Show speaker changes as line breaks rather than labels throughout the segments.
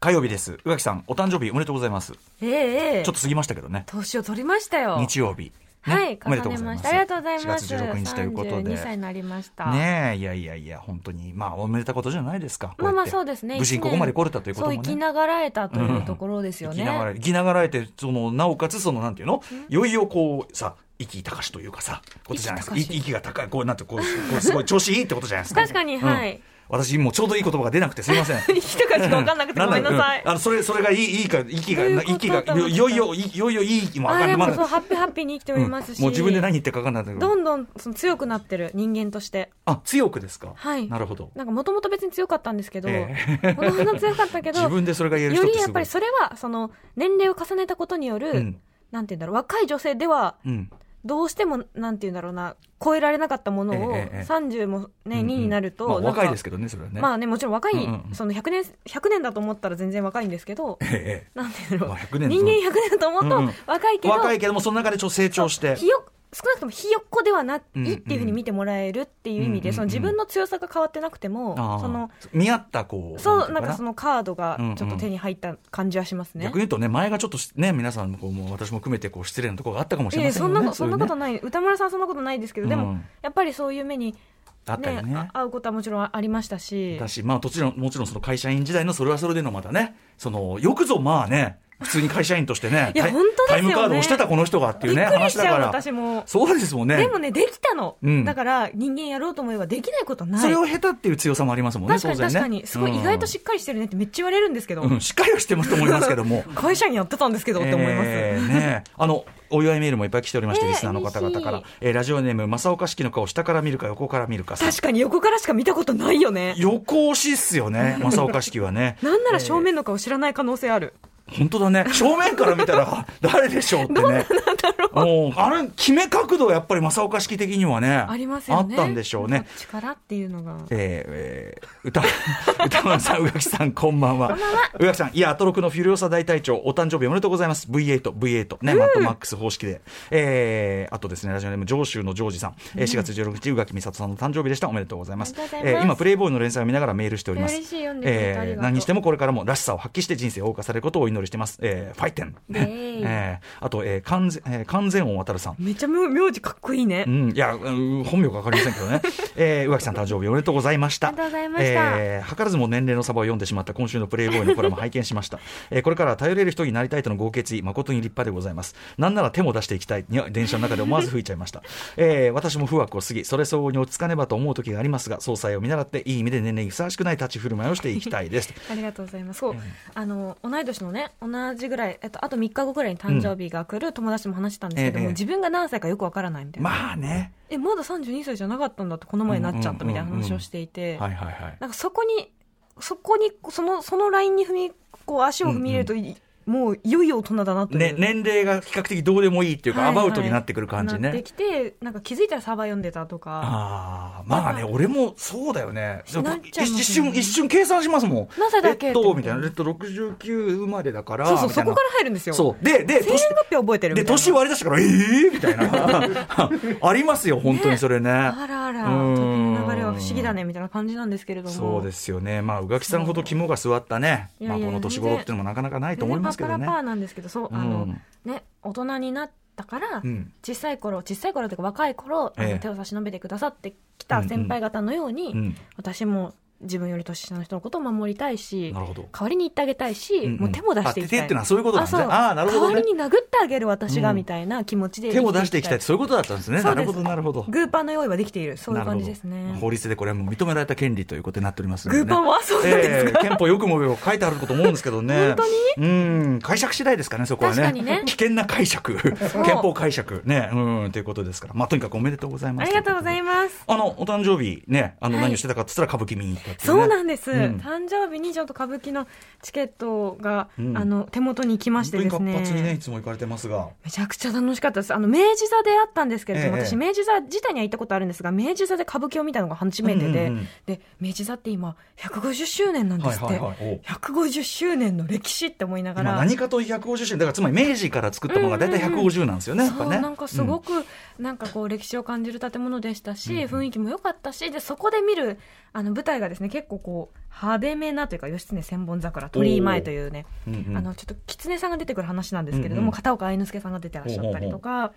火曜日です宇垣さんお誕生日おめでとうございますち
ええええ
ょっと過ぎましたけどね
年を取りましたよ。
日曜日ね
はい、
おめでとうございます
重ねましたありがとうございます。
4月16日ということで
32歳になりました。
ねえいやいやいや本当にまあおめでたことじゃないですかこ
ま
や
あ
って
まあそうですね。
無事にここまで来れたということもね
そう、生きながらえたというところですよ
生き
ね。
ながら生きながらえてそのなおかつそのなんていうのいよいよこうさ息高しというかさことじゃないですか
息高し
息息が高いこうなんてこうこうすごい調子いいってことじゃないですか
確かにはい
私もうちょうどいい言葉が出なくてすみません
生きとかしか分かんなくてごめんなさい
うん。あのそれそれがいいいいか息が
どういうこと
息が
と思っ
い
て
よいよいよいよいい息も上
あ
が
あ、で
るま
も
だ
そう、ハッピーハッピーに生きておりますし。
もう自分で何言ってるか分かんないんだけ
ど
ど
んどんその強くなってる人間として。
あ強くですか、
はい
なるほど
なんかもともと別に強かったんですけど、も
え
ともと強かったけど、
自
よ
分でそれが言える人って
りや
す
っ
ご
ぱ
い
りそれは、その、年齢を重ねたことによる、
うん
なんて言うんだろう、若い女性では、
うん
どうしても、なんて言うんだろうな、超えられなかったものを、
ええええ
30もね、2になると、
まあ、
なんか
若いですけどねそれはね、
まあね、もちろん若い、
うんうんうん
その100年、100年だと思ったら全然若いんですけど
え、え
なんて言うんだろう
まあ100年
人間100年だと思
うんう
うんと若いけど、
若いけどもその中でちょっと成長して
ひよ少なくともひよっこではないっていうふう
うんう
に
ん
見てもらえるっていう意味で、
うんうんうん
その自分の強さが変わってなくても、
あー
その
見合ったこう
そ
て
う
い
なんかそのカードがちょっと手に入った感じはしますね。
逆に言うとね前がちょっとしね皆さんこうもう私も含めてこう失礼なところがあったかもし
い
れ
や
ません
そ
よ
ん
ね
なことそんなこと
ういうね
ない歌村さんはそんなことないですけど、で
う
も
ん
やっぱりそういう目に、
あったよ
ね
ね
あ会うことはもちろんありましたし
だしまあもちろんもちろんその会社員時代のそれはそれでのまたねそのよくぞまあね普通に会社員としてね
いや
タイ
本当ですよね
タイムカードをしてたこの人がっていうね
びっくり
話
しち
だ
ゃ
か
う
ら
私も
そうですもんね
でもねできたの、
うん
だから人間やろうと思えばできないことない
それを経たっていう強さもありますもんね
確かに
当然
確
ね
かにすごい意外としっかりしてるねってめっちゃ言われるんですけど、
うんうんしっかりはしてますと思いますけど も
会社にやってたんですけどって思います、
えーねあのお祝いメールもいっぱい来ておりまして、
えー
リスナーの方々から
嬉しい、
えーラジオネーム正岡式の顔下から見るか横から見るかさん
確かに横からしか見たことないよね
横押しっすよね正岡式はね
なんなら正面の顔知らない可能性ある、
本当だね正面から見たら 誰でしょうってねもうあれ決め角度はやっぱり正岡式的にはねあ
ありますよね
ったんでしょうね
力っていうのが
えーえー歌 歌丸さん、宇垣さん、こんばんは。宇垣さん、いや、アトロクのフュリオサ大隊長、お誕生日おめでとうございます。V8、V8、ね、マッドマックス方式で。えーあとですね、ラジオネーム、上州のジョージさん、えー4月16日、宇垣美里さんの誕生日でした。おめでとうございます。
おめでとうござい
え
ま
ー
す
今、プレイボーイの連載を見ながらメールしております。
嬉しい読んでくれてあり
え
がと
ー
う
何にしてもこれからもらしさを発揮して人生を謳歌されることをお祈りしてます。えーファイテン。
イエーイ
えーあと、えー完全、えー完全音渡るさん。
めちゃむ名字かっこいいね、
うん、いや、うん本名がわかりませんけど ね。えー、宇垣さん誕生日おめでとうございました。
ありがとうございました
えー、図らずも年齢の差を読んでしまった今週のプレイボーイのコラム拝見しました。えー、これからは頼れる人になりたいとのご決意、誠に立派でございます。なんなら手も出していきたい。いや電車の中で思わず吹いちゃいました。えー、私も不惑を過ぎ、それ相応に落ち着かねばと思う時がありますが、総裁を見習って、いい意味で年齢にふさわしくない立ち振る舞いをしていきたい です。
ありがとうございます。そう、あの同い年のね、同じぐらい、えっとあと3日後ぐらいに誕生日が来る友達とも話してたんですけども、
ええ
自分が何歳かよくわからないみたいな。
まあね。
えまだ32歳じゃなかったんだってこの前なっちゃったみたいな話をしていて、
はいはいはい。
なんかそこにそこにそのそのラインに踏みこう足を踏み入れると、いもういよいよ大人だなという。
ね、年齢が比較的どうでもいいっていうか、
はいはい
アバウトになってくる感じ
な
ね。
ってきてなんか気づいたらサーバー読んでたとか。
ああ、まあね、
だから
俺もそうだよね。
しなっちゃいますよね
一瞬、一瞬計算しますもん。
なぜだけ
えっと、
って
みたいな。えっと、69生まれだから。
そうそうそこから
ら
入るんですよ。
そう。で、で、
生年月日覚えてるみ
で、
たいな。
年割り出したから、ええみたいな。 ありますよ、本当にそれね。
あらあら
うん
時の流れは不思議だねみたいな感じなんですけれども。
そうですよね。まあ、宇垣さんほど肝が据わったね。
いや
まあ、
いや
この年頃っていうのもなかなかないと思いますけど
全
ね
然パ。ラパラなんですけど、そう、あ
う
の
ん、
ね、大人になったから、
うん
小さい頃、小さい頃というか若い頃、あの
ええ
手を差し伸べてくださってきた先輩方のように、
うん。
私も自分より年下の人のことを守りたいし
な、るほど。
代わりに言ってあげたいし、
うんうん
もう手も出していきたい。
あ手手ってのはそういうことなんですね
あそう
あーなるほどね
代わりに殴ってあげる私が、
うん
みたいな気持ちで
手を出していきたいって、
生
そういうことだったんですね。
そ
な
うで
る
す
ほど、なるほど
き。グーパンの用意はできている。そういう
なるほ
感
ど
じですね。
法律でこれはもう認められた権利ということになっておりますので
グ
ね
ーパンはそうなんです
え
か、
え憲法よくもよく書いてあると思うんですけどね。
本当に
うん、解釈次第ですかね、そこはね。
確かにね
危険な解釈。
う
憲法解釈。ね、うん、ということですから。まあ、とにかくおめでとうございま
あ
す。
りがとうござ
ま
います。
す。あの、お誕生日ね、あの、
はい
何をしてたかって言ったら歌舞伎見に行ったっていうね。
そうなんです、
うん
誕生日にちょっと歌舞伎のチケットが、
うん
あの手元に来ましてです
本当に
ね
活発にね、いつも行かれてますが。
めちゃくちゃ楽しかったですあの明治座であったんですけれども、
ええ
私明治座自体には行ったことあるんですが明治座で歌舞伎を見たのが初めてで,、
うんうんうん
で明治座って今150周年なんですって、
はいはいはいお
150周年の歴史って思いなが
今
ら
何かと150周年だからつまり明治から作ったものが大体150なんですよね、やっ
そ
ぱ
う
ね
なんかすごく、なんかこう歴史を感じる建物でしたし、雰囲気も良かったしでそこで見るあの舞台がですね結構こう派手めなというか義経千本桜鳥居前というね、
うんうん
あのちょっと狐さんが出てくる話なんですけれども、
うんうん
片岡愛之助さんが出てらっしゃったりとか、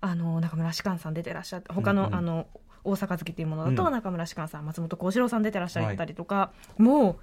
あの中村芝翫さん出てらっしゃって他の,、
うんうん
あの大阪好きっていうものだと、
うん
中村芝翫さん松本幸四郎さん出てらっしゃったりとか、もう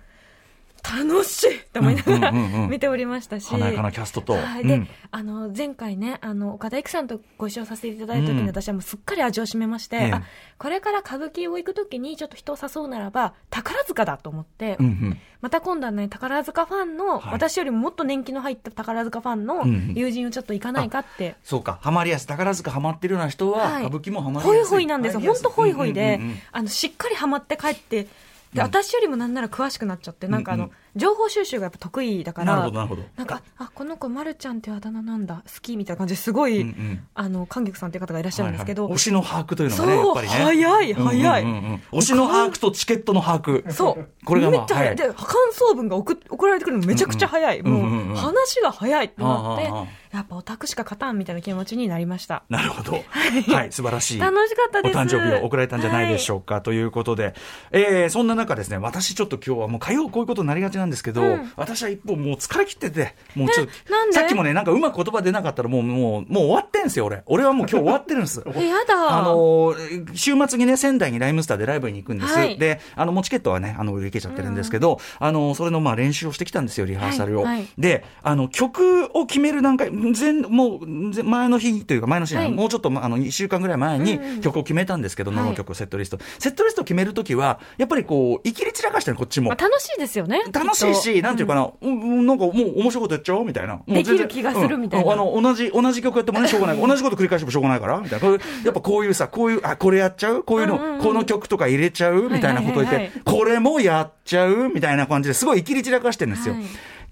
楽しいと思いながら、
うんうんうんうん
見ておりましたし。
華やかなキャストと、
はい、で、
うん
あの前回ねあの岡田育さんとご一緒させていただいた時に、
うん
私はもうすっかり味を占めまして、
ええ
あこれから歌舞伎を行く時にちょっと人を誘うならば宝塚だと思って、
うんうん
また今度はね宝塚ファンの、
はい
私よりももっと年季の入った宝塚ファンの
うんうん
友人をちょっと行かないかって、
そうか、ハマりやすい、宝塚ハマってるような人は、
はい
歌舞伎もハマりや
ホ
すい。
イホイなんですよ
ハマ
本
りやすい
当ホイホイで、
うんうんうん
あのしっかりハマって帰って
うん
で私よりもなんなら詳しくなっちゃってなんかあの、
うんうん
情報収集がやっぱ得意だから
なるほど、なるほど。
なんかあこの子まるちゃんっていうあだ名なんだ好きみたいな感じですごい、
うんうん
あの観客さんっていう方がいらっしゃるんですけど、
はいはい推しの把握というのがね、や
そ
っ
う
ぱりね。
早い早い
うんうんうんうん推しの把握とチケットの把握。
そう
これが
め
ま
っ
あ
ちゃ早い、
はい
で感想文が送送られてくるのめちゃくちゃ早い、
うんうんうんうんう
も
ん
う話が早いってなって、
ああああ
やっぱオタクしか勝たんみたいな気持ちになりました
なるほど。はい、素晴らしい。
楽しかった
お
です
誕生日を送られたんじゃないでしょうか、ということで、えーそんな中ですね、私ちょっと今日はもう火曜こういうことになりがちなんですけど、
うん
私は一方もう疲れ切ってて、もうちょっと
えなん、で
さっきもね、なんかうまく言葉出なかったらもう、もう、もう終わってんすよ、俺。俺はもう今日終わってるん です。
はいえやだ
あのー週末にね、仙台にライムスターでライブに行くんです。
はい
で、あの、もうチケットはね、あの、売り切れちゃってるんですけど、あの、それのまあ練習をしてきたんですよ、リハーサルを。
はいはい
で、あの、曲を決める段階、前、もう、前前の日というか、前の日、
はい
もうちょっと、まあの、1週間ぐらい前に
うんうん
曲を決めたんですけど、
はい
ノの曲、セットリスト。セットリストを決めるときは、やっぱりこう、いきり散らかしてる、こっちも
まあ、。楽しいですよね
楽しいし、なんていうか
な、
な、うんうんなんかもう面白いことやっちゃおうみたいな。もう全然
できる気がするみたいな
うんあの、同じ、同じ曲やってもね、しょうがない。同じこと繰り返してもしょうがない から、みたいな。これやっぱこういうさ、こういう、あ、これやっちゃうこういうの、
うんうんうん
この曲とか入れちゃうみたいなこと言って、
はいはいはい
これもやっちゃうみたいな感じですごいいきり散らかしてるんですよ。
はい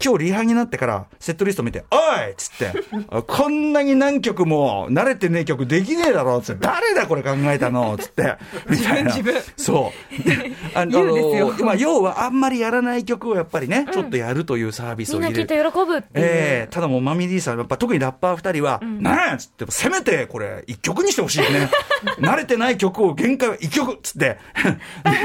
今日リハになってから、セットリスト見て、おいっつって、 あこんなに何曲も慣れてねえ曲できねえだろっつって、誰だこれ考えたのっつって、みたいな。
自分自
そう。であ
言うんですよ
まあ要はあんまりやらない曲をやっぱりね、ちょっとやるというサービス
み
を
んな
入
聞
れ
い
る。
て喜ぶっていう、
ええただもうマミディさん、やっぱ特にラッパー二人は、なあっつって、せめてこれ、一曲にしてほしいよね。 慣れてない曲を限界は一曲っつって、
ダ メ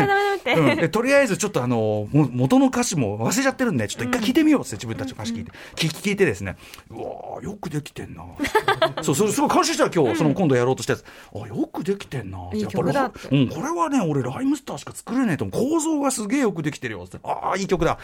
ダメダメ
う
っ
ん
て、
でとりあえずちょっとあのも元の歌詞も忘れちゃってるんでちょっと一回聞いてみようっつって自分たちの歌詞聞いて、聞き聞いてですねうわーよくできてんな そうそれすごい感心した今日、その今度やろうとしたやつあよくできてんない
い
やっぱ
曲だっ
ラ
て
うん、これはね俺ライムスターしか作れねえと思う構造がすげえよくできてるよっつってああいい曲だ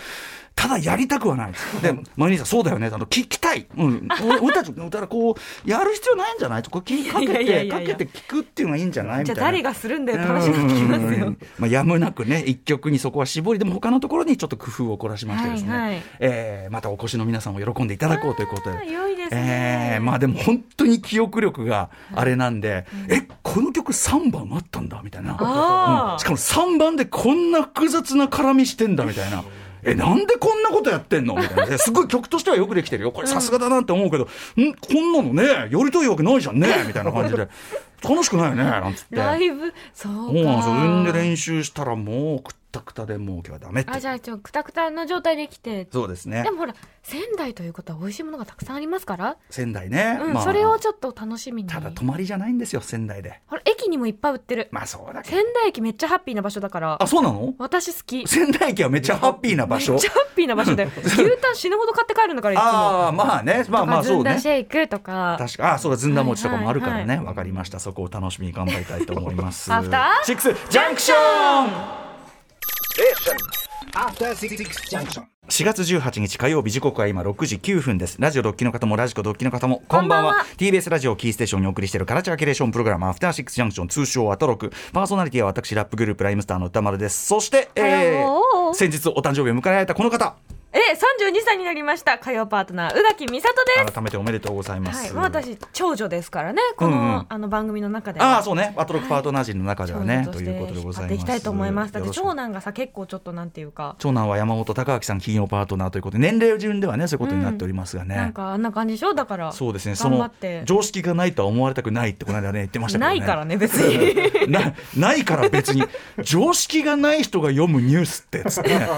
ただやりたくはないで マリーさんそうだよねあの聞きたい、うん、俺俺たち歌らこうやる必要ないんじゃないとこう聞きかけて
いやいやいやいや
かけて聞くっていうのがいいんじゃないみ
じ
たい
ゃあ
な
誰がするんだよって話になってきますよ、
うんうんうんまあ、やむなくね、一曲にそこは絞り、でも他のところにちょっと工夫を凝らしましてですね、
はいはい
えーまたお越しの皆さんを喜んでいただこうということ
あー
で。
良いですね、
えーまあでも本当に記憶力があれなんで、え、この曲3番あったんだみたいな。
あー
うんしかも3番でこんな複雑な絡みしてんだみたいな。え、なんでこんなことやってんのみたい な。すごい曲としてはよくできてるよ。これさすがだなって思うけど、んこんなのね、やりたいわけないじゃんねみたいな感 じで。楽しくないよねなんつって。
ライブそうか
そうなんですよ。運で練習したらもうくったくたでもう今日はダメって
あ。じゃあちょくたくたの状態で来て
そうですね
で。もほら仙台ということは美味しいものがたくさんありますから、
仙台ね。
うん
まあ
それをちょっと楽しみに
ただ泊まりじゃないんですよ、仙台で。
ほら駅にもいっぱい売ってる、
まあそうだけど。
仙台駅めっちゃハッピーな場所だから
あ、そうなの
私好きめっち
仙台駅はめっちゃハッピーな場所
ゃ。ハッピーな場所だよ牛タン死ぬほど買って帰るんだからいつも
ああ、まあね。まあまあ
ず
そうん
だ
ね。
シェイクとか
確かあそうだずんだ餅とかもあるからね、
は
わ
いはい
かりましたそこを楽しみに頑張りたいと思います
アフター
シックスジャンクション
After Six Junction.
4月18日火曜日時刻は今6時9分ですラジオドッキの方もラジコドッキの方もこんばんは
こんばんは
TBS ラジオをキーステーションにお送りしているカラチャーキュレーションプログラムアフターシックスジャンクション通称アトロクパーソナリティは私ラップグループライムスターの歌丸ですそして、
火曜
先日お誕生日を迎えられたこの方
え32歳になりました火曜パートナー宇垣美里です
改めておめでとうございます、
はい、まあ私長女ですからねこの,、
うんうん
あの番組の中で
あ
は
あそうねアトロクパートナー陣の中で
長
は
女
ね、
と
と
し
いうこと
て
で
引
ご
っ
ざ
張
い
っ
ます
ていきたいと思いますだっ
よ
て
ろしく
長男がさ結構ちょっとなんていうか
長男は山本隆明さん金曜パートナーということで年齢順ではねそういうことになっておりますがね、
なんかあんな感じでしょだから
そうですねそ
頑張
の
って
常識がないとは思われたくないってこの間ね言ってましたけど
な
ね
いからね別 に
なないから別 に常識がない人が読むニュースってつって ね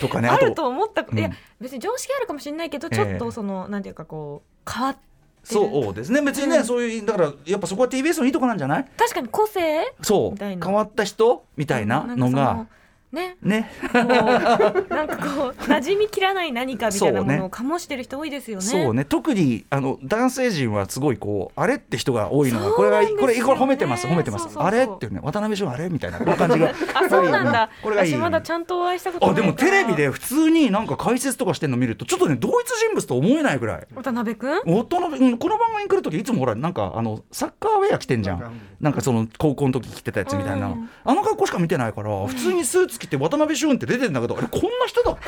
とかね
あ
あ
る
と
と思った、い
うん
や別に常識あるかもしれないけど
ええ
ちょっとその、なんていうかこう変わってる
そうですね別にね、
うん
そういうだからやっぱそこは TBS のいいとこなんじゃない
確かに個性
そ
み
う
たい
変
な
わった人みたいなの
なん
が
かね
ね。
もうなんかこう 馴染みきらない何かみたいなものを醸してる人多いですよね。
そうね特にあの男性陣はすごいこうあれって人が多いのがこれが
そうなんですよね
これこれ褒めてます褒めてます
そうそうそう
あれっていうね渡辺翔あれみたいなこの感じが
あ そうなんだ。
これがいい
私まだちゃんとお会いしたこと
あ
ない
で
から。
もテレビで普通になんか解説とかしてんの見るとちょっとね同一人物と思えないぐらい
渡辺くん。
夫のうんこの番組に来る時いつもほらなんかあのサッカーウェア着てんじゃ
なんか
んなんかその高校の時着てたやつみたいな、
うん
あの格好しか見てないから普通にスーツ着て渡辺俊って出てんだけどあれこんな人だっ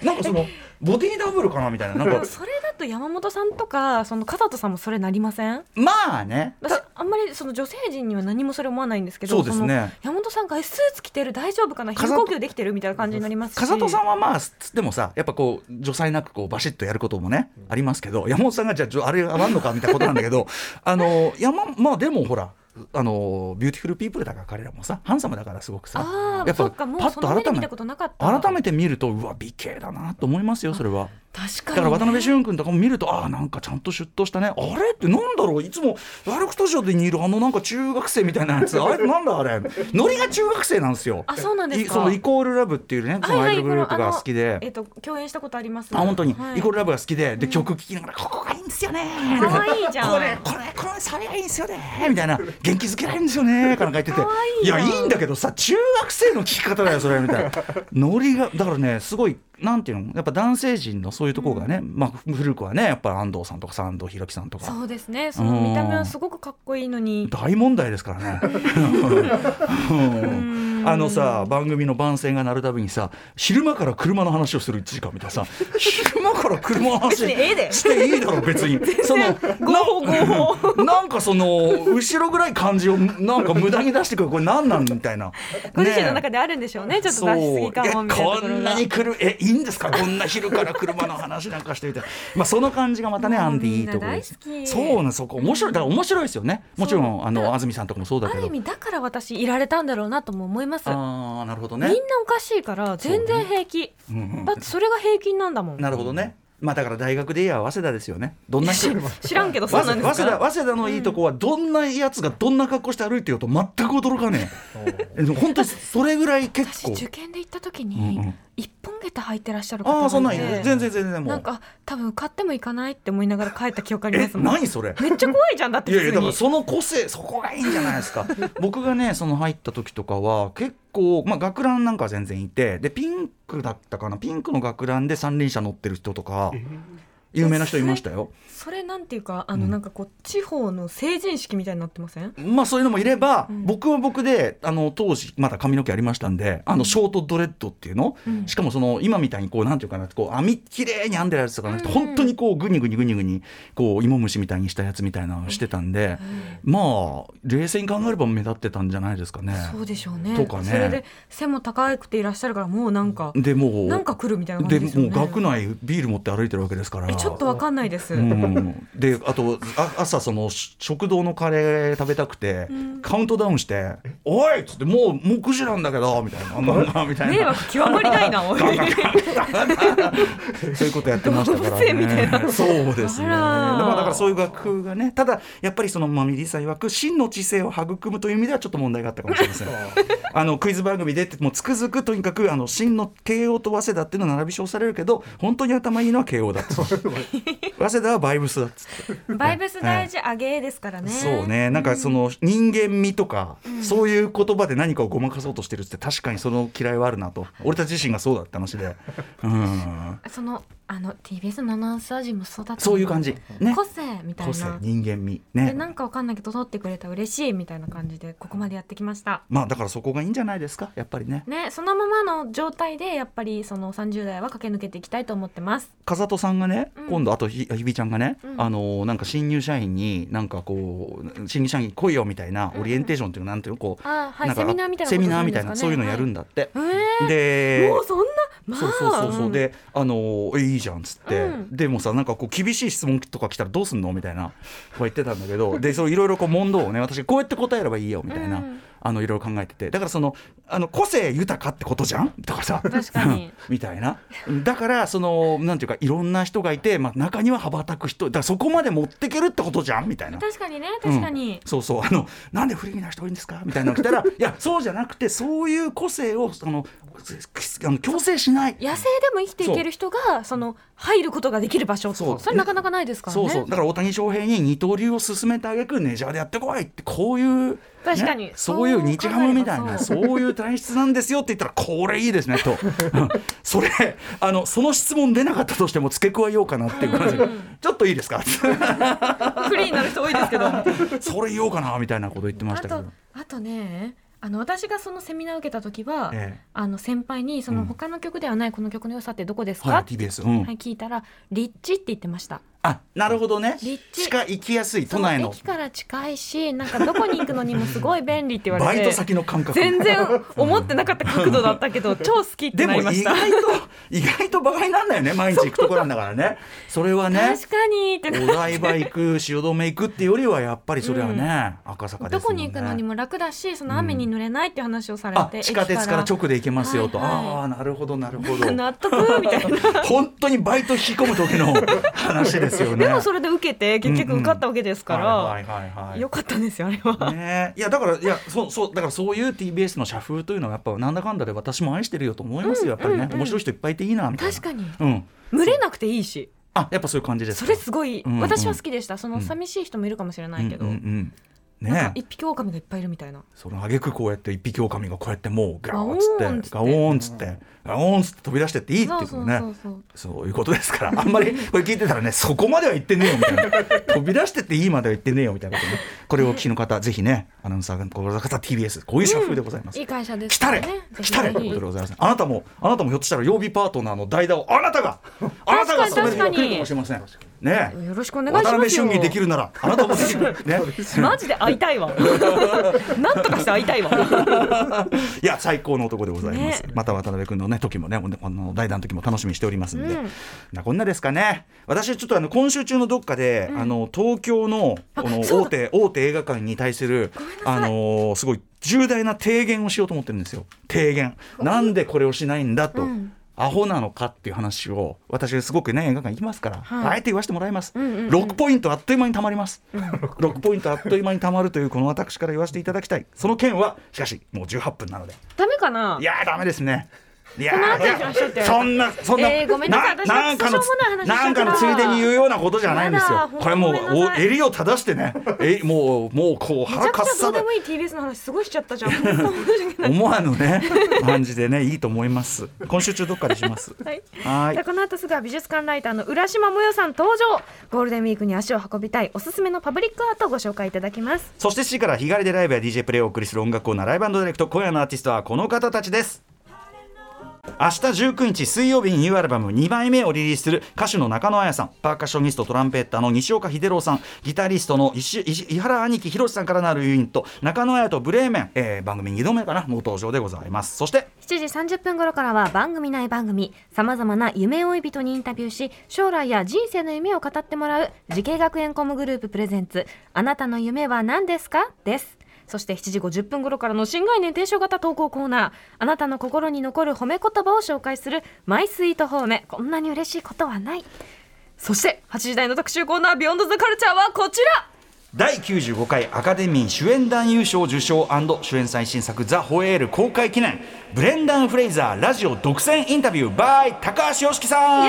けなんかそのボディダブルかなみたいななん
で
か
もそれだと山本さんとかその片戸さんもそれなりません
まあね
私あんまりその女性陣には何もそれ思わないんですけど
そうですね
その山本さんがえスーツ着てる大丈夫かな
風
昼
戸
呼吸できてるみたいな感じになりますし
笠戸さんはまあつってもさやっぱこう女才なくこうバシッとやることもね、ありますけど山本さんがじゃあじょあれ合わんのかみたいなことなんだけど あの山まあでもほらあのビューティフルピープルだから彼らもさハンサムだからすごくさ
ああ
やっ
そ
ぱ
っか
パ
もう
ッ
そ
と
の目で
改め
見た
て
ことなかった
改めて見るとうわ美形だなと思いますよそれは
確か
だ
に、ね、
から渡辺俊君とかも見るとああなんかちゃんとシュッとしたねあれってなんだろういつも「ラルクスタジオ」でいるあのなんか中学生みたいなやつあれなんだあれノリが中学生なんですよ
あそうなんです
い
か
そのイコールラブっていうねそのアイドルグループ
このあ
が
の
好きで
えっ、と共演したことあります
あ本当に、
は
イコール
ラ
ラブが好きでで曲聴きながら、ここがいいんですよね
かわいいじゃん
これこれこのサビがいいんですよねみたいな元気づけられるんですよねかなんか言ってて
かわいい
い
じゃ
や
ん
いいんだけどさ中学生の聴き方だよそれみ たいなノリがだからねすごいなんていうのやっぱ男性陣のそういうところがね、まあ古くはねやっぱ安藤さんとか安藤弘樹さんとか
そうですねその見た目はすごくかっこいいのに
大問題ですからね。うんあのさ番組の番宣が鳴るたびにさ昼間から車の話をする1時間みたいなさ昼間から車の話
別にええで
していいだろ別にその
合法合法
ななんかその後ろぐらい感じをなんか無駄に出してくるこれ何なんみたいな。
ご自身の
ねえ
中であるんでしょうねちょっと
そう
出しすぎかもみたいなとこ
えこ
ろ
ん
が
なに来るえいいんですかこんな昼から車の話なんかしてみたいなまあその感じがまたね
もう
アンディいいところです
みんな大好き
そうなんそこ面白いだから面白いですよねもちろんあの安住さんとかもそうだ
あ
け
る
ど
意味だから私いられたんだろうなとも思います、
ああなるほど
みん
ね
なおかしいから全然平気、
うんうん
だってそれが平均なんだもん
なるほどねまあだから大学で言えば早稲田ですよねどんな人
知らんけど そ
早
うなん
稲
で
田
す
早稲
か
田早稲田のいいとこはどんなやつがどんな格好して歩いてようと全く驚かねえ本当にそれぐらい結
私
構
受験で行った時
うんう
に
ん
一本下駄履いてらっしゃる方
ああそん
が
ないんい
て
る全然全然も
なん
う
か多分買っても行かないって思いながら帰った記憶ありま
え
すもん
何それ
めっちゃ怖いじゃんだって
いやい
普
や
通
だか
に
らその個性そこがいいんじゃないですか 僕がねその入った時とかは結構、まあ、学ランなんかは全然いてでピンクだったかなピンクの学ランで三輪車乗ってる人とか有名な人いましたよ。
それなんていうかあのなんかこう地方の成人式みたいになってません
まあそういうのもいれば、
うん
僕は僕であの当時まだ髪の毛ありましたんであのショートドレッドっていうの、
うん
しかもその今みたいにこうなんていうかなこう網きれいに編んでるやつとかなくて、
うん
本当にこうグニグニグニグニこう芋虫みたいにしたやつみたいなのをしてたんで、まあ冷静に考えれば目立ってたんじゃないですかね。
そうでしょうね
とかね
それで背も高くていらっしゃるからもうなんか
でもう
なんか来るみたいな感
で
じですよ
もう
ね
学内ビール持って歩いてるわけですから
えちょっとわかんないです、
うん、であとあ朝そのし食堂のカレー食べたくて、カウントダウンして「おい!」っつって「もうもう9時なんだけど」みたいな「あんなあんなみたい
迷
な。
惑極まりないなおい
そういうことやってましたから
動物園みたい
ね。
な
そうですね。だ
あら
からだからそういう学風がね、ただやっぱりそのまあミリーさん曰く真の知性を育むという意味ではちょっと問題があったかもしれません。あのクイズ番組でってもうつくづくとにかくあの真の慶応と早稲田っていうのは並び称されるけど、本当に頭いいのは慶応だっつって。早稲田はバイブスだっつって。
バイブス大事あげですからね、
そうねなんかその人間味とか、そういう言葉で何かをごまかそうとしてるって確かにその嫌いはあるなと俺たち自身がそうだった話で、うん、
そのあの TBS のアナウンサー陣もそうだった
そういう感じね
個性みたい
個性
な
人間味
で
ね
なんかわかんないけど取ってくれたら嬉しいみたいな感じでここまでやってきました
まあだからそこがいいんじゃないですかやっぱりね
ねそのままの状態でやっぱりその30代は駆け抜けていきたいと思ってます
風戸さんがね、
うん
今度あとひひびちゃんがね、
うん
あのーなんか新入社員になんかこう新入社員来いよみたいなオリエンテーションっていうのなんていうのこう、
あはい
なんか
セミナーみたいなこと
セミナーみたいな
す
そうい
る
うのやるん
だ、
だって、
はいえ
で
ー、もうそんなまあ
そうそうそうそう、であのーえいいじゃんっつって、
うん
でもさなんかこう厳しい質問とか来たらどうすんのみたいなこう言ってたんだけどでそれいろいろこう問答をね私こうやって答えればいいよみたいな、
うん
あのいろいろ考えててだからそのあの個性豊かってことじゃんだからさ
確かに
みたいなだからそのなんていうかいろんな人がいて、まあ、中には羽ばたく人だからそこまで持ってけるってことじゃんみたいな。
確かにね確か
うん
に、
そうそうあのなんで不利な人多いんですかみたいなの来たらいやそうじゃなくてそういう個性をあのあの強制しない
野生でも生きていける人がその入ることができる場所
そ
そうれなかなかないですからね
そうそうだから大谷翔平に二刀流を進めてあげくメジャーでやってこいってこういう、ね
確かに
そういう日ハムみたいな
そ
そういう体質なんですよって言ったらこれいいですねとうんそれあのその質問出なかったとしても付け加えようかなっていう感じでちょっといいですか
フリーになる人多いですけどあ
それ言おうかなみたいなこと言ってましたけ
と
ど。
あとねあの私がそのセミナーを受けた時は、
ええ
あの先輩にそうの
ん
他の曲ではないこの曲の良さってどこですか、
はい、
って
TBS、うん
はい、聞いたら「立地」って言ってました
あなるほどね
立地
近い行きやすい都内
そ
の
う駅から近いしなんかどこに行くのにもすごい便利って言われて
バイト先の感覚
全然思ってなかった角度だったけど 超好きって
で
なり
も
ま
意
した
外と意外と馬鹿になんだよね毎日行くところなんだからねそれはね
確かにってな
お台場行く汐留行くっていうよりはやっぱりそれはね、赤坂で
ど
すも
こ
んね
に行くのにも楽だしその雨に濡れないって話をされ
あ
て、
地下鉄から直で行けますよと、
はいはい
ああなるほどなるほど
納得みたい な
本当にバイト引き込む時 の話ですよね
でもそれで受けて結局受かったわけですから、
はいはいはいはい
よかったんですよあれは、
ねえ、いやだからいやそうそうだからそういう TBS の社風というのはやっぱなんだかんだで私も愛してるよと思いますよ、やっぱりね、面白い人いっぱいいていいなみたいな
確かに
にうん
群れなくていいし
あやっぱそういう感じです
そ
か
れすごい、
うんうん
私は好きでしたその
ん
寂しい人もいるかもしれないけど、
うんうんうん、
なんか
ねえ
一匹狼がいっぱいいるみたいな
その挙句こうやって一匹狼がこうやってもうガオーンっつってガ
ガ
オ
オ
ーンっつってガオーンっつって飛び出してっていいってい
そ
う
う
こ
そ
と
う
ね
そうそう
そういうことですからあんま りこれ聞いてたらねそこまでは言ってねえよみたいな飛び出してっていいまでは言ってねえよみたいなことねこれをお聞きの方ぜひねアナウンサーがこの方 TBS こういう社風でございます
い。い会社です
来たれ
ね
来たれと
ぜ
いうことで
ひぜひ
ございますあなたもあなたもひょっとしたら曜日パートナーの代打をあなたがあなたが務める日が来るかもしれませんねえ
よろしくお願いします
渡
よ
辺俊義できるならあなたもできる ね
マジで会いたい わなんとかして会いたいわ
いや最高の男でございます、
ね
また渡辺君のね時もねおねあの代打の時も楽しみにしておりますんで、
うん
なこんなですかね私ちょっとあの今週中のどっかで、あの東京のこの
そう
大手大手映画館に対するあのーすごい重大な提言をしようと思ってるんですよ提言なんでこれをしないんだと、
うん
アホなのかっていう話を私すごくね映画館行きますから、
はい
あえて言わせてもらいます、
うんうんうん
6ポイントあっという間にたまります、6ポイントあっという間にたまるというこの私から言わせていただきたいその件はしかしもう18分なので
ダメかない
やーダメですね。いや
この後にしましょうっ
ー
て
そんなそんな、
えーごめんなさい私が
なんかの
しょうもない話しちゃった
なんかのついでに言うようなことじゃないんです
や
よ
だ。本当
これもう
ごめんな
お
さい
襟を正してね、えもうもうこう
めち
腹
ゃ
かっ
くちゃど
さ
うで
だ
もいい TBS の話すごいしちゃったじゃん本当申し訳ない
思わぬね感じでねいいと思います。今週中どっかでします。
はい
はーい
じゃあこの後すぐは美術館ライターの浦島もよさん登場ゴールデンウィークに足を運びたいおすすめのパブリックアートをご紹介いただきます
そして7時から日帰りでライブや DJ プレイをお送りする音楽コーナーライブディレクト今夜のアーティストはこの方たちです明日19日水曜日にニューアルバム2枚目をリリースする歌手の中野彩さんパーカッショニストトランペッターの西岡秀郎さんギタリストの石石井原兄貴博さんからなるユニット中野彩とブレーメン、えー番組2度目かなもう登場でございますそして
7時30分頃からは番組内番組さまざまな夢追い人にインタビューし将来や人生の夢を語ってもらう慈恵学園コムグループプレゼンツあなたの夢は何ですかですそして7時50分頃からの新概念提唱型投稿コーナーあなたの心に残る褒め言葉を紹介するマイスイート褒めこんなに嬉しいことはないそして8時台の特集コーナービヨンドザカルチャーはこちら
第95回アカデミー主演男優賞受賞主演最新作「ザ・ホエール」公開記念ブレンダン・フレイザーラジオ独占インタビュー by 高橋良樹さ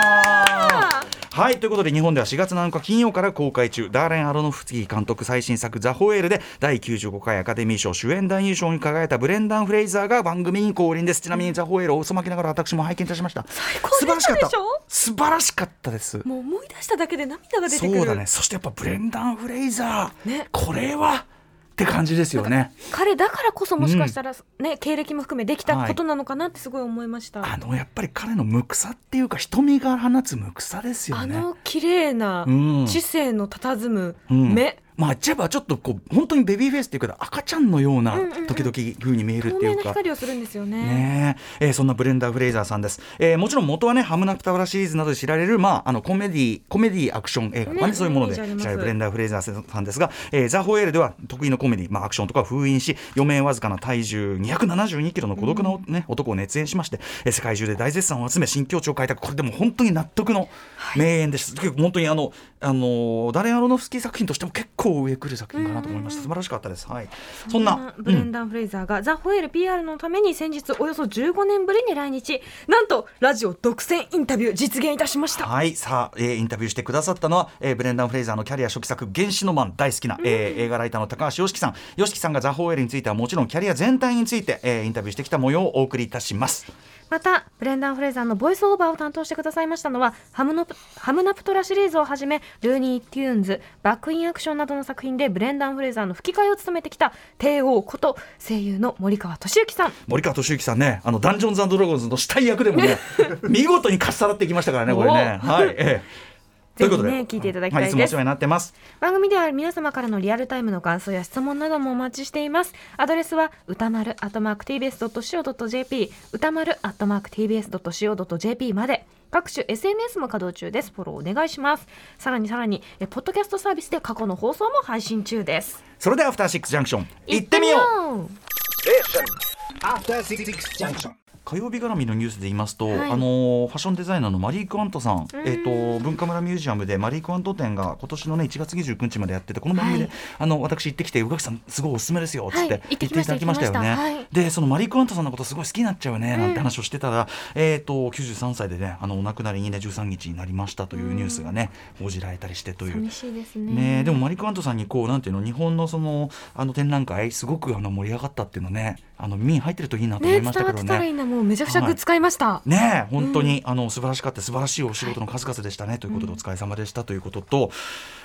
んはいということで日本では4月7日金曜から公開中ダーレン・アロノフスキー監督最新作「ザ・ホエール」で第95回アカデミー賞主演男優賞に輝いたブレンダン・フレイザーが番組に降臨ですちなみに「ザ・ホエール」を嘘まきながら私も拝見いたしました最
高でしたでしょ
素晴らしかったです
もう思い出しただけで涙が出てくる
そうだねそしてやっぱブレンダン・フレイザー、
ね
これはって感じですよね
彼だからこそもしかしたら、ね経歴も含めできたことなのかなってすごい思いました、
あのやっぱり彼の無草っていうか瞳が放つ無草ですよ
あ
ね
の綺麗な
うん
知性の佇む
うん
目、
まあ、ジャブはちょっとこう本当にベビーフェイスっていうか赤ちゃんのような
うんうんうん
時々風に見えるっ
透
てい
明
う
な
か。
光をするんですよね。
ねええーそんなブレンダー・フレイザーさんです、えーもちろん元はねハムナプタワラシリーズなどで知られる、まあ、あのコメディコメディアクション映画とかね
ね
そういうもので
イ
知
メージあ
ら
ります
れるブレンダー・フレイザーさんですが、えーザ・ホエールでは得意のコメディ、まあ、アクションとかを封印し余命わずかな体重272キロの孤独な、ね男を熱演しまして、えー世界中で大絶賛を集め新境地を開拓これでも本当に納得の名演でした、結構本当にあの、あのーダレン・アロノフスキー作品としても結構上来る作品かなと思いました、素晴らしかったです、はい、そんな
ブレ
うん
ンダン・フレイザーが、ザ・ホエール PR のために先日およそ15年ぶりに来日なんとラジオ独占インタビュー実現いたしました
はい、さあ、えーインタビューしてくださったのは、えーブレンダン・フレイザーのキャリア初期作「原始のマン」大好きな、えー映画ライターの高橋良樹さん良樹さんがザ・ホーエルについてはもちろんキャリア全体について、えーインタビューしてきた模様をお送りいたします
またブレンダン・フレイザーのボイスオーバーを担当してくださいましたのはハムノプハムナプトラシリーズをはじめルーニー・テューンズバック・イン・アクションなどの作品でブレンダン・フレイザーの吹き替えを務めてきた帝王こと声優の森川俊之さん
森川俊之さんねあのダンジョンズドラゴンズの死体役でも ね見事にかっさらっていきましたからねこれね
お
はい、えーということで、
ぜひね聞いていただきたいです
はい、いつもお世話になってます
番組では皆様からのリアルタイムの感想や質問などもお待ちしていますアドレスは歌丸 atmarktbs.co.jp 歌丸 atmarktbs.co.jp まで各種 SNS も稼働中ですフォローお願いしますさらにさらにえポッドキャストサービスで過去の放送も配信中です
それでは「アフターシックスジャンクション」
行
行
っ
ってて
み
み
よ
よう
う
After Six Junction.
火曜日絡みのニュースで言いますと、
はい
あのファッションデザイナーのマリー・クワントさん、えっと文化村ミュージアムでマリー・クワント展が今年の、ね、1月29日までやっててこの番組で、
はい
あの私行ってきて宇垣さんすごいおすすめですよっつって、
はい行ってきました
行いただきましたよね。
行きましたはい
でそのマリー・クワントさんのことすごい好きになっちゃうねなんて話をしてたら、えっと93歳でねあのお亡くなりに、ね、13日になりましたというニュースがね、報じられたりしてという
寂しいですね
ねえでもマリック・アントさんにこうなんていうの日本のそのあの展覧会すごくあの盛り上がったっていうのねあの耳に入ってるといいなと思
ね
い
伝わ
ま
っ
したけど
てたらい
ね
い。なもうめちゃくちゃグッズ買いました、
ねえ本当に、あの素晴らしかった素晴らしいお仕事の数々でしたね、ということでお疲れ様でしたということと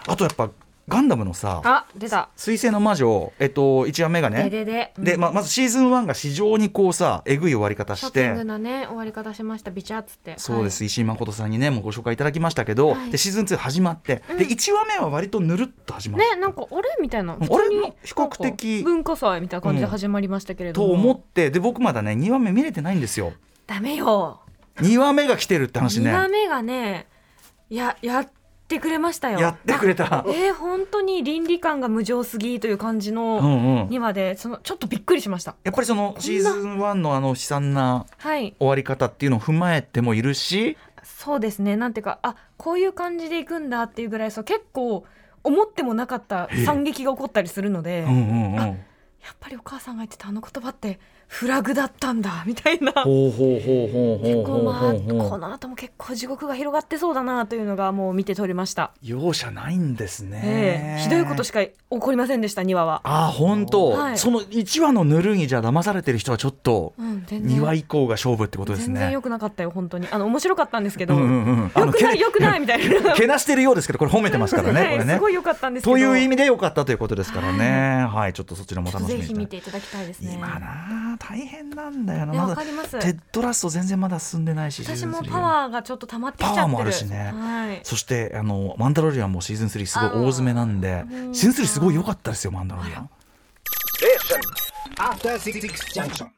あとやっぱガンダムのさ
あ出た
「水星の魔女」えっと、1話目がね
ででで
でままずシーズン1が非常にこうさえぐい終わり方
ショ
し
ッピ
て
ングなね終わり方しましたビチャっつって
そうです、石井誠さんにねもうご紹介いただきましたけど、
はい
でシーズン2始まって、
うん
で1話目は割とぬるっと始まって
ねなんかあれみたいな
あれ
普通に
ま比較的
なんか文化祭みたいな感じで始まりましたけれど
と
も、
思ってで僕まだね2話目見れてないんですよ
ダメよ
2話目が来てるって話
2話
ね
目がねややってくれましたよ
やってくれ た
えー、本当に倫理観が無情すぎという感じ
う
の
んうん
2話でそのちょっとびっくりしました
やっぱりそのシーズン1のあの悲惨な
はい
終わり方っていうのを踏まえてもいるし
そうですねなんていうかあこういう感じでいくんだっていうぐらいそう結構思ってもなかった惨劇が起こったりするので、
うんう
や
んうん
っぱりお母さんが言ってたあの言葉ってフラグだったんだみたいな
ほうほうほうほうほ
結
う
構まあ
ほうほ
こ
う
の後も結構地獄が広がってそうだなというのがもう見て取れました、
容赦ないんです
え
ね
えひどいことしか起こりませんでした2話は、
ああ本当、
はい
その1話のぬるいじゃ騙されてる人はちょっと
うん、全
2
然
話以降が勝負ってことです
全然
ね
良くなかったよ本当にあの面白かったんですけ
う
ど、
んうんうんあ
良
の
く
け
ない良くないみたい な
けなしてるようですけどこれ褒めてます からね
はい
これね
すごい良かったんですけど
という意味で良かったということですからね、はい、ちょっとそちらも楽しみ
ぜ
にし
ひ
たい
見ていただきたいですね
今なあ、大変なんだよな、
ね
ま
わ
だ
かります
テッドラスト全然まだ進んでないし、シ
私
ーズン
も
3
パワーがちょっと溜まってきちゃって
パ
る
ワーもあるしね
はい
そしてあの、マンダロリアンもシーズン3、すごい大詰めなんで
あ、ー
シーズン3、すごい良かったですよ、マンダロリアン。
After Six Junction.